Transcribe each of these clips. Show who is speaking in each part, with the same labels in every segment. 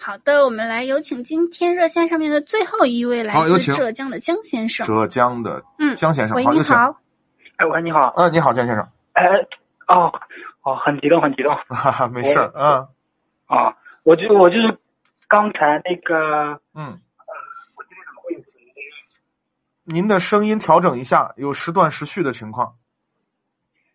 Speaker 1: 好的，我们来有请今天热线上面的最后一位来
Speaker 2: 好有
Speaker 1: 自
Speaker 2: 请
Speaker 1: 浙江的江先生。
Speaker 2: 浙江的
Speaker 1: 嗯，
Speaker 2: 江先生，
Speaker 1: 喂，
Speaker 2: 好，
Speaker 1: 你
Speaker 2: 有请。
Speaker 1: 好。
Speaker 3: 哎喂，你好，
Speaker 2: 嗯，你好，江先生，
Speaker 3: 哎，哦，哦，很激动，很激动
Speaker 2: 哈哈，没事儿，嗯
Speaker 3: 啊！我就我就是刚才那个，
Speaker 2: 嗯，
Speaker 3: 我今天怎么会有这个音乐
Speaker 2: 您的声音调整一下，有时断时续的情况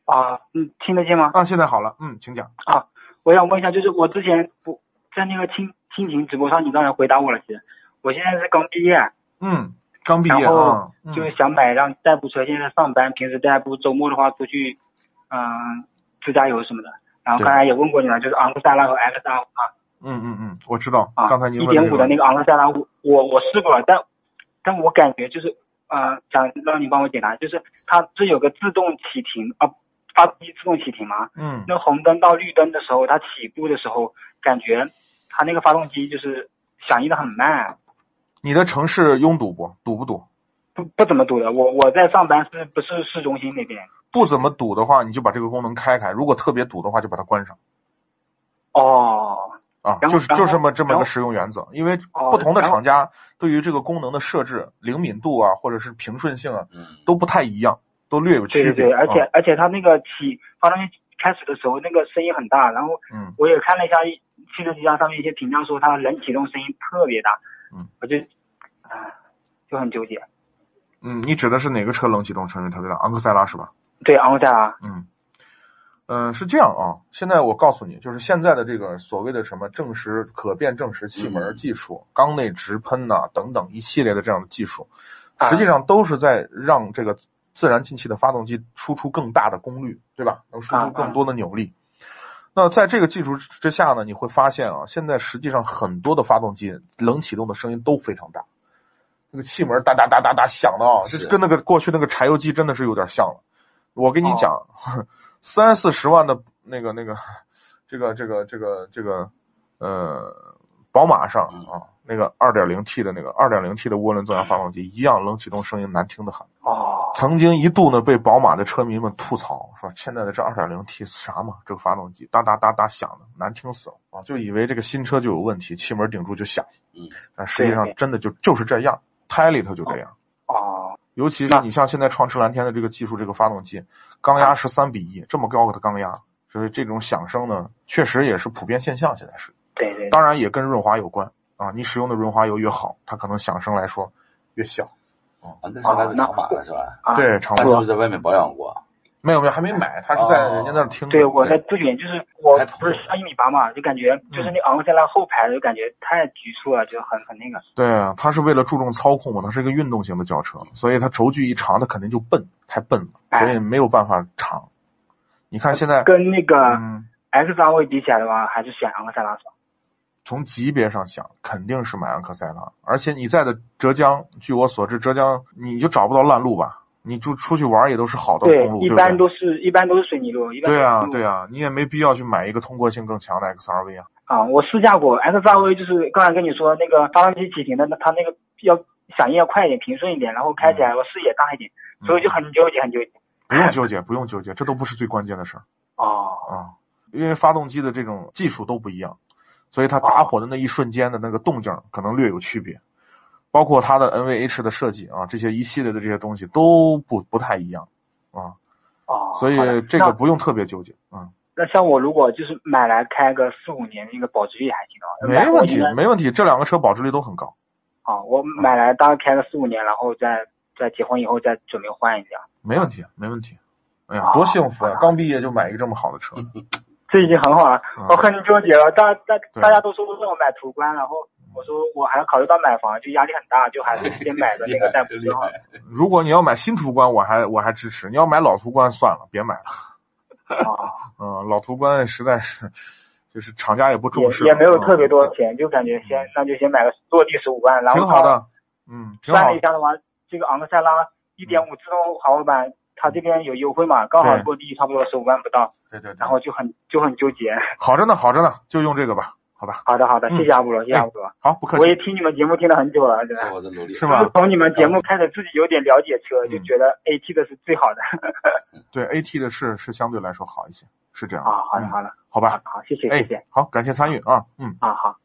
Speaker 3: 啊？嗯，听得见吗？
Speaker 2: 啊，现在好了，嗯，请讲。
Speaker 3: 啊，我想问一下，就是我之前不在那个亲亲情直播上，你刚才回答我了，其实我现在是刚毕业，
Speaker 2: 嗯，刚毕业
Speaker 3: 然
Speaker 2: 啊
Speaker 3: 后，
Speaker 2: 嗯
Speaker 3: 就是想买辆代步车，现在上班，平时代步，周末的话出去，嗯、自驾游什么的。然后
Speaker 2: 对
Speaker 3: 刚才也问过你了，就是昂克赛拉和 X 三五啊，
Speaker 2: 嗯嗯嗯，我知道，
Speaker 3: 啊，
Speaker 2: 刚才您
Speaker 3: 一
Speaker 2: 问
Speaker 3: 点
Speaker 2: 这
Speaker 3: 五的那
Speaker 2: 个，
Speaker 3: 个昂克赛拉，我我我试过了，但但我感觉就是呃，想让你帮我解答，就是它这有个自动启停啊，发动机自动启停嘛，
Speaker 2: 嗯
Speaker 3: 那红灯到绿灯的时候，它起步的时候，感觉它那个发动机就是响应的很慢，
Speaker 2: 你的城市拥堵不？堵不堵？
Speaker 3: 不不怎么堵的。我我在上班是不是市中心那边？
Speaker 2: 不怎么堵的话，你就把这个功能开开；如果特别堵的话，就把它关上
Speaker 3: 哦，
Speaker 2: 啊。
Speaker 3: 然
Speaker 2: 就
Speaker 3: 后
Speaker 2: 是
Speaker 3: 然
Speaker 2: 就
Speaker 3: 后
Speaker 2: 这么这么
Speaker 3: 然
Speaker 2: 个
Speaker 3: 后
Speaker 2: 使用原则，因为
Speaker 3: 哦
Speaker 2: 不同的
Speaker 3: 然后
Speaker 2: 厂家对于这个功能的设置、灵敏度啊，或者是平顺性啊，
Speaker 4: 嗯，
Speaker 2: 都不太一样，都略有区
Speaker 3: 对
Speaker 2: 别。
Speaker 3: 对对，而且、
Speaker 2: 啊
Speaker 3: 而且它那个起发动机开始的时候，那个声音很大，然后
Speaker 2: 嗯
Speaker 3: 我也看了一下一汽车之家上面一些评价说它冷启动声音特别大，
Speaker 2: 嗯，
Speaker 3: 我就啊就很纠结。
Speaker 2: 嗯，你指的是哪个车冷启动成为特别大？昂克赛拉是吧？
Speaker 3: 对，昂克赛拉，
Speaker 2: 嗯，嗯，是这样啊。现在我告诉你，就是现在的这个所谓的什么正时可变正时气门
Speaker 4: 嗯
Speaker 2: 技术、缸内直喷呐、等等一系列的这样的技术，
Speaker 3: 啊
Speaker 2: 实际上都是在让这个自然进气的发动机输出更大的功率，对吧？能输出
Speaker 3: 啊
Speaker 2: 更多的扭力。那在这个技术之下呢，你会发现啊，现在实际上很多的发动机冷启动的声音都非常大，那个气门哒哒哒哒哒响的啊，这
Speaker 4: 是
Speaker 2: 跟那个过去那个柴油机真的是有点像了。我跟你
Speaker 3: 哦
Speaker 2: 讲，三四十万的那个那个这个这个这个这个呃宝马上
Speaker 4: 嗯
Speaker 2: 啊，那个二点零 T 的那个二点零 T 的涡轮增压发动机一样，冷启动声音难听的很。
Speaker 3: 哦，
Speaker 2: 曾经一度呢，被宝马的车迷们吐槽说，现在的这 2.0T 啥嘛，这个发动机哒哒哒哒响的，难听死了啊！就以为这个新车就有问题，气门顶住就响。
Speaker 4: 嗯，
Speaker 2: 但实际上
Speaker 3: 对
Speaker 2: 真的就就是这样，胎里头就这样。
Speaker 3: 哦，
Speaker 2: 尤其是
Speaker 3: 那
Speaker 2: 你像现在创驰蓝天的这个技术，这个发动机缸压是三比一，这么高的缸压，所以这种响声呢，确实也是普遍现象，现在是。
Speaker 3: 对对，对
Speaker 2: 当然也跟润滑有关啊，你使用的润滑油越好，它可能响声来说越小。
Speaker 4: 啊，那时候还是长马了是吧？
Speaker 3: 啊，
Speaker 2: 对，常
Speaker 4: 他是不
Speaker 2: 规
Speaker 4: 是在外面保养过？
Speaker 2: 没有没有还没买，他是在人家那儿听的。
Speaker 3: 哦对，我在咨询，就是我
Speaker 4: 还头
Speaker 3: 不是上一米八嘛，就感觉
Speaker 2: 嗯
Speaker 3: 就是那昂克赛拉后排就感觉太局促了，就很很那个。
Speaker 2: 对啊，它是为了注重操控嘛，它是一个运动型的轿车，所以它轴距一长，它肯定就笨，太笨了，
Speaker 3: 哎
Speaker 2: 所以没有办法长。你看现在，
Speaker 3: 跟啊那个
Speaker 2: 嗯，
Speaker 3: X 三位比起来的话，还是选昂克赛拉爽。
Speaker 2: 从级别上想，肯定是买昂克赛拉，而且你在的浙江，据我所知，浙江你就找不到烂路吧？你就出去玩也都是好的
Speaker 3: 对
Speaker 2: 公，路，对
Speaker 3: 一
Speaker 2: 不
Speaker 3: 般
Speaker 2: 对？
Speaker 3: 都是一般都是水泥路，一般
Speaker 2: 对啊，
Speaker 3: 都是
Speaker 2: 对啊，你也没必要去买一个通过性更强的 XRV 啊。
Speaker 3: 啊，我试驾过 X 三 V，就是刚才跟你说那个发动机启停的，那它那个要响应要快一点、平顺一点，然后开起来
Speaker 2: 嗯
Speaker 3: 我视野大一点，所以我就很纠结、很纠结。
Speaker 2: 不用纠结，不用纠结，这都不是最关键的事儿。
Speaker 3: 哦，
Speaker 2: 啊，因为发动机的这种技术都不一样，所以它打火的那一瞬间的那个动静儿可能略有区别，包括它的 NVH 的设计啊，这些一系列的这些东西都不不太一样啊，
Speaker 3: 哦，
Speaker 2: 所以
Speaker 3: 好的
Speaker 2: 这个不用特别纠结啊，
Speaker 3: 那那像我如果就是买来开个四五年，那个保值率还挺高。
Speaker 2: 没问题
Speaker 3: 买我应，该
Speaker 2: 没问题，这两个车保值率都很高。
Speaker 3: 啊，我买来大概开个四五年，然后再再结婚以后再准备换一辆，
Speaker 2: 没问题，没问题。哎呀，
Speaker 3: 啊嗯
Speaker 2: 多幸福啊！刚毕业就买一个这么好的车，
Speaker 3: 这已经很好了。
Speaker 2: 嗯
Speaker 3: 我很纠结了，大大
Speaker 2: 对
Speaker 3: 大家都说让我买途观，然后我说我还要考虑到买房，就压力很大，就 还是先买个那个代步
Speaker 4: 厉
Speaker 3: 就好了。
Speaker 4: 害，
Speaker 2: 嗯如果你要买新途观，我还我还支持；你要买老途观，算了，别买了。
Speaker 3: 啊。
Speaker 2: 嗯，老途观实在是，就是厂家也不重视，
Speaker 3: 也也没有特别
Speaker 2: 嗯
Speaker 3: 多钱，就感觉先那就先买个落地十五万，然后
Speaker 2: 挺好的，嗯，
Speaker 3: 它
Speaker 2: 挺
Speaker 3: 算
Speaker 2: 好
Speaker 3: 了一
Speaker 2: 的。
Speaker 3: 下的话，这个昂克赛拉一点五自动豪华版，它这边有优惠嘛，刚好
Speaker 2: 对
Speaker 3: 落地差不多十五万不到，
Speaker 2: 对对对，
Speaker 3: 然后就很就很纠结。
Speaker 2: 好着呢，好着呢，就用这个吧，好吧。
Speaker 3: 好的好的，
Speaker 2: 嗯
Speaker 3: 谢谢阿布罗，谢谢阿布罗，
Speaker 2: 好，不客
Speaker 3: 我也
Speaker 2: 气，
Speaker 3: 听你们节目听了很久了，真
Speaker 4: 这
Speaker 3: 的。
Speaker 4: 我真努力。
Speaker 2: 是吗？
Speaker 3: 从你们节目开始，自己有点了解车，
Speaker 2: 嗯
Speaker 3: 就觉得 AT 的是最好的
Speaker 2: 对，AT 的是是相对来说好一些，是这样。
Speaker 3: 啊。好的
Speaker 2: 嗯
Speaker 3: 好的，
Speaker 2: 好吧，
Speaker 3: 好，谢谢谢
Speaker 2: 哎
Speaker 3: 谢，
Speaker 2: 好，感谢参与啊，嗯。
Speaker 3: 啊好。